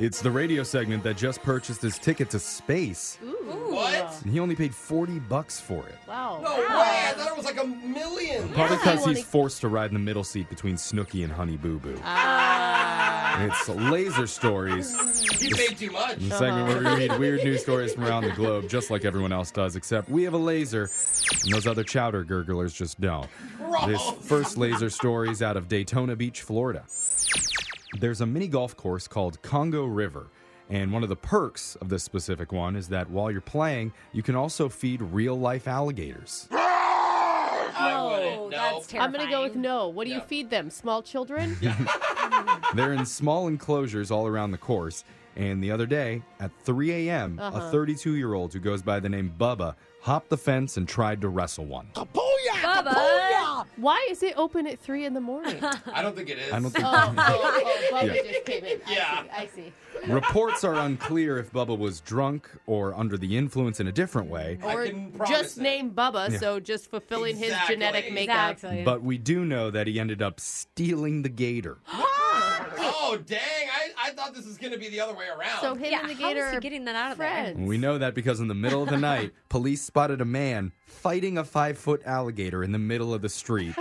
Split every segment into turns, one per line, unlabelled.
It's the radio segment that just purchased his ticket to space.
Ooh.
What?
And he only paid 40 bucks for it.
Wow.
No way! I thought it was like a million.
Probably
Yeah.
because
You wanna-
he's forced to ride in the middle seat between Snooky and Honey Boo Boo. And It's laser stories.
He paid too much.
The segment where we
Uh-huh.
read weird news stories from around the globe, just like everyone else does, except we have a laser, and those other chowder gurglers just don't. This first laser story is out of Daytona Beach, Florida. There's a mini golf course called Congo River, and one of the perks of this specific one is that while you're playing, you can also feed real life alligators.
I wouldn't. No.
Oh, that's
I'm
terrifying.
going to go with no. What do you
No.
feed them? Small children?
They're in small enclosures all around the course. And the other day, at 3 a.m., a 32 year old who goes by the name Bubba hopped the fence and tried to wrestle one.
Bubba.
Why is it open at 3 in the morning?
Oh,
I don't think it is.
I don't think.
oh, Bubba
Yeah.
just came in.
Yeah.
I see.
Reports are unclear if Bubba was drunk or under the influence in a different way,
I
Or
can promise
just
that.
name Bubba, so just fulfilling his
Exactly.
genetic makeup.
Exactly.
but we do know that he ended up stealing the gator.
Oh dang! I, I thought this was gonna be the other way around.
So him
yeah,
and the
how
gator
is he
are
getting that out of
friends.
We know that because in the middle of the night, police spotted a man fighting a five foot alligator in the middle of the street.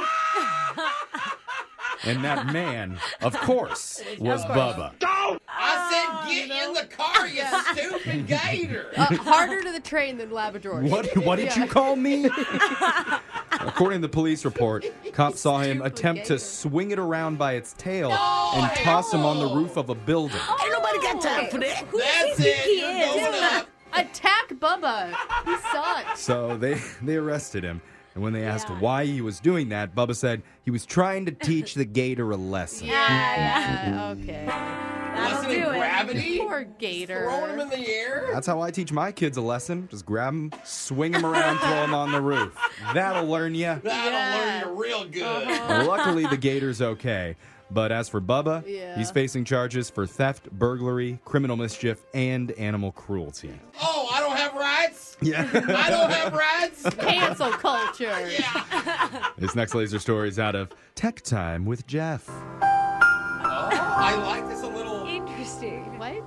and that man, of course, was Bubba.
I
Oh,
said, get in the car, you stupid gator.
Uh,
Uh, Harder to the train than Labrador.
What, what did you call me? According to the police report, cops saw him
Stupid
attempt
gator.
to swing it around by its tail and toss him on the roof of a building.
Ain't nobody got time for that. Who does
That's
he think
it.
he
You're
is?
going up.
Attack Bubba. He sucks.
So they, they arrested him. And when they asked why he was doing that, Bubba said he was trying to teach the gator a lesson.
Yeah, yeah,
Lesson in
do it.
okay.
gravity.
Poor gator.
Throwing him in the air.
That's how I teach my kids a lesson. Just grab them, swing them around, throw them on the roof. That'll learn you.
That'll
Yeah.
learn you real good.
Uh-huh.
Luckily, the gator's okay. But as for Bubba,
Yeah.
he's facing charges for theft, burglary, criminal mischief, and animal cruelty.
Oh, I don't have rights.
Yeah.
I don't have rights.
Cancel culture.
Yeah.
this next laser story is out of Tech Time with Jeff.
Oh, I like this a little.
Interesting.
What?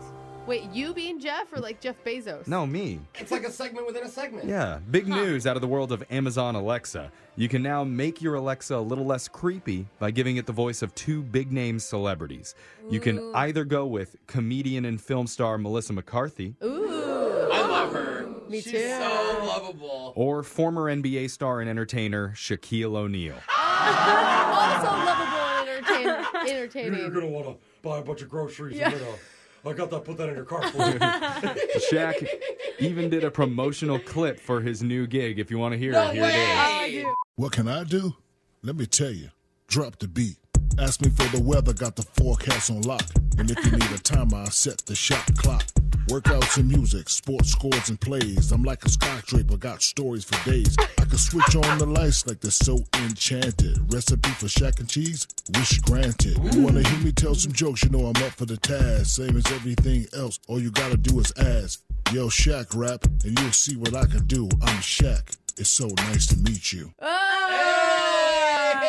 Wait, you being Jeff or like Jeff Bezos?
No, me.
It's like a segment within a segment.
Yeah, big news out of the world of Amazon Alexa. You can now make your Alexa a little less creepy by giving it the voice of two big name celebrities. You can either go with comedian and film star Melissa McCarthy
Ooh.
I love her.
Me
She's
too.
so lovable.
or former NBA star and entertainer Shaquille O'Neal.
Also lovable and entertain- entertaining.
gonna want to buy a bunch of groceries.
Yeah.
I got that. Put that in your car for you.
Shaq even did a promotional clip for his new gig. If you want to hear
No
it, here it is.
way.
What can I do? Let me tell you. Drop the beat. Ask me for the weather, got the forecast on lock. And if you need a timer, I set the shot clock. Workouts and music, sports scores and plays. I'm like a skyscraper, got stories for days. I can switch on the lights like they're so enchanted. Recipe for shack and cheese, wish granted. You wanna hear me tell some jokes? You know I'm up for the task. Same as everything else, all you gotta do is ask. Yo, Shaq rap, and you'll see what I can do. I'm Shaq. It's so nice to meet you.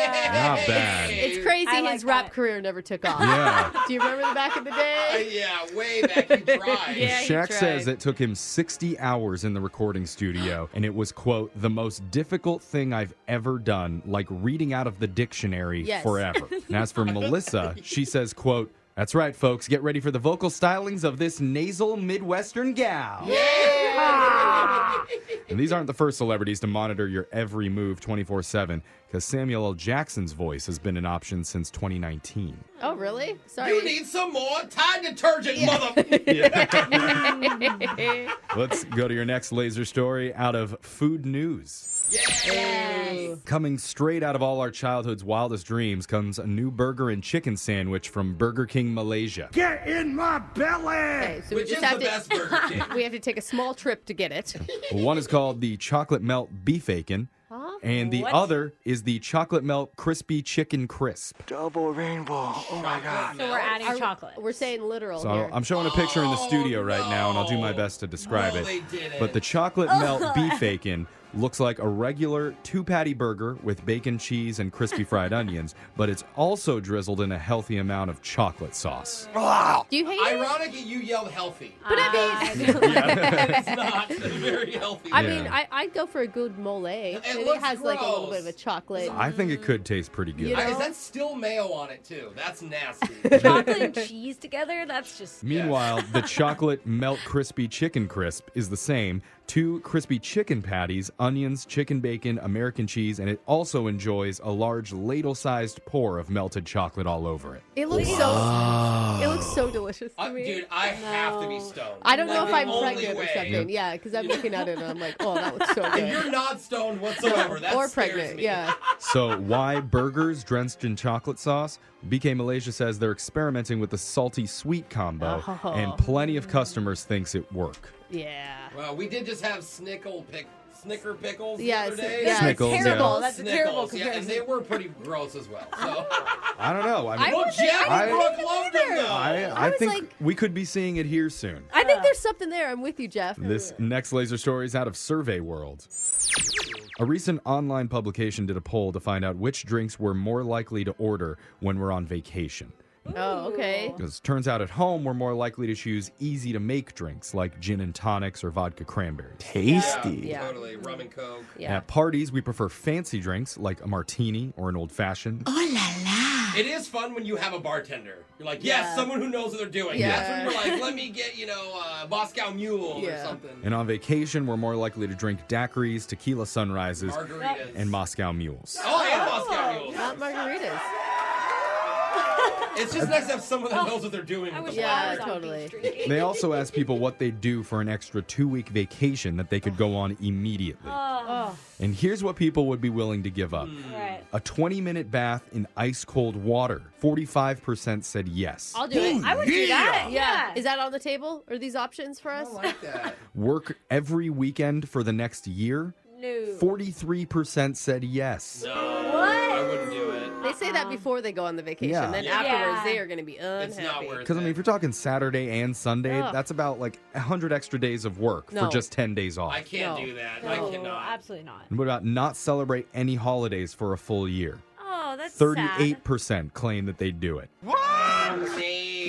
Not bad.
It's crazy
I like
his rap
that.
career never took off.
Yeah.
Do you remember the back of the day?
Yeah, way back he tried.
Yeah, he
Shaq
tried.
says it took him 60 hours in the recording studio, and it was, quote, the most difficult thing I've ever done, like reading out of the dictionary
Yes.
forever. And as for Melissa, she says, quote, that's right, folks, get ready for the vocal stylings of this nasal Midwestern gal.
Ah.
and these aren't the first celebrities to monitor your every move 24 7, because Samuel L. Jackson's voice has been an option since 2019.
Oh, really? Sorry.
You need some more Tide detergent, mother.
Let's go to your next laser story out of Food News.
Yes.
Coming straight out of all our childhood's wildest dreams comes a new burger and chicken sandwich from Burger King Malaysia.
Okay, so we
Which
just
is
have
the
to-
best Burger King.
We have to take a small trip to get it.
One is called the chocolate melt beef bacon, and the other is the chocolate melt crispy chicken crisp.
So we're adding
Are-
chocolate.
We're saying literal
So
here.
I'm showing a picture in the studio right now, and I'll do my best to describe
Oh, No,
it.
they didn't.
But the chocolate melt beef bacon Looks like a regular two patty burger with bacon, cheese, and crispy fried onions, but it's also drizzled in a healthy amount of chocolate sauce.
Do you hate it?
Ironic that you yelled healthy. Uh,
But I mean,
It's not very healthy.
I
Yeah.
mean, I, I'd go for a good mole. It,
looks
has like a little bit
gross.
of a chocolate.
I think it could taste pretty good.
You
I-
know?
is that still mayo on it too? That's nasty.
Chocolate and cheese together? That's just.
Meanwhile, the chocolate melt crispy chicken crisp is the same. Two crispy chicken patties, onions, chicken bacon, American cheese, and it also enjoys a large ladle sized pour of melted chocolate all over it.
It looks so. It looks so delicious to
I-
me.
dude, I have to be stoned.
I don't
Like,
know if
the
I'm
only
pregnant
way.
or something. Yeah, because I'm looking at it and I'm like, oh, that was so
And you're
good.
not stoned whatsoever. That
or
scares
pregnant,
me.
yeah.
So, why burgers drenched in chocolate sauce? BK Malaysia says they're experimenting with the salty sweet combo,
Oh.
and plenty of customers thinks it work.
Yeah.
Well, we did just have snickle pick, snicker pickles
Yeah,
the other
it's-
day.
yeah,
Snickles,
That's
yeah.
terrible. That's a terrible
Snickles, yeah, and
comparison.
they were pretty gross as well. So,
I don't know. I mean,
I
well,
would-
Jeff
I-
and Brooke loved them though.
I, I
I was
think
like-
we could be seeing it here soon.
I think there's something there. I'm with you, Jeff.
This next laser story is out of Survey World. A recent online publication did a poll to find out which drinks we're more likely to order when we're on vacation.
Oh, okay.
Because turns out at home, we're more likely to choose easy to make drinks like gin and tonics or vodka cranberries.
Tasty.
Yeah.
Totally rum and coke.
Yeah.
At parties, we prefer fancy drinks like a martini or an old fashioned.
It is fun when you have a bartender. You're like, yes,
Yeah.
someone who knows what they're doing.
Yeah.
That's when you're like, let me get you know uh, Moscow Mule
Yeah.
or something.
And on vacation, we're more likely to drink daiquiris, tequila sunrises,
Margaritas.
and Moscow mules.
oh yeah, Moscow Mule.
Not margaritas.
It's just nice to have someone that knows what they're doing.
I
with
wish
the
Yeah,
I was on
totally.
beach drinking.
They also asked people what they'd do for an extra two week vacation that they could go on immediately.
Oh,
And here's what people would be willing to give up
Hmm.
Right.
a 20 minute bath in ice cold water. 45% said yes.
I'll do it.
I would do that.
Yeah.
Yeah.
Is that on the table? Are these options for us?
I like that.
Work every weekend for the next year.
no.
43% said yes.
No, I wouldn't do it.
They say that before they go on the vacation.
Yeah.
Then
Yeah.
afterwards,
Yeah.
they are going to be unhappy.
It's not worth it.
Because, I mean, if you're talking Saturday and Sunday,
Ugh.
that's about like 100 extra days of work
No.
for just 10 days off.
I can't
No.
do that. I
No,
cannot.
Absolutely not.
and what about not celebrate any holidays for a full year?
Oh, that's sad.
38% claim that they'd do it.
We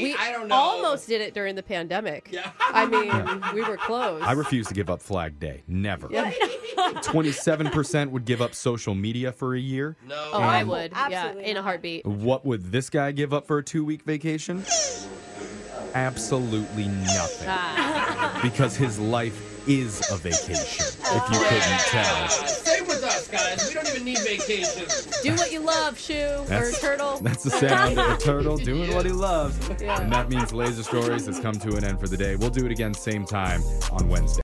We I don't know.
almost did it during the pandemic.
Yeah.
I mean, we were close.
I refuse to give up Flag Day. Never. 27% would give up social media for a year.
No.
oh, I would. Yeah,
Absolutely
in a
not.
heartbeat.
What would this guy give up for a two week vacation? Absolutely nothing. Because his life is a vacation, if you couldn't
Yeah.
tell.
Stay with us, guys. We don't even need vacation.
Do what you love, shoe or
That's-
turtle.
That's the sound of a turtle doing what he loves.
Yeah.
And that means Laser Stories has come to an end for the day. We'll do it again, same time on Wednesday.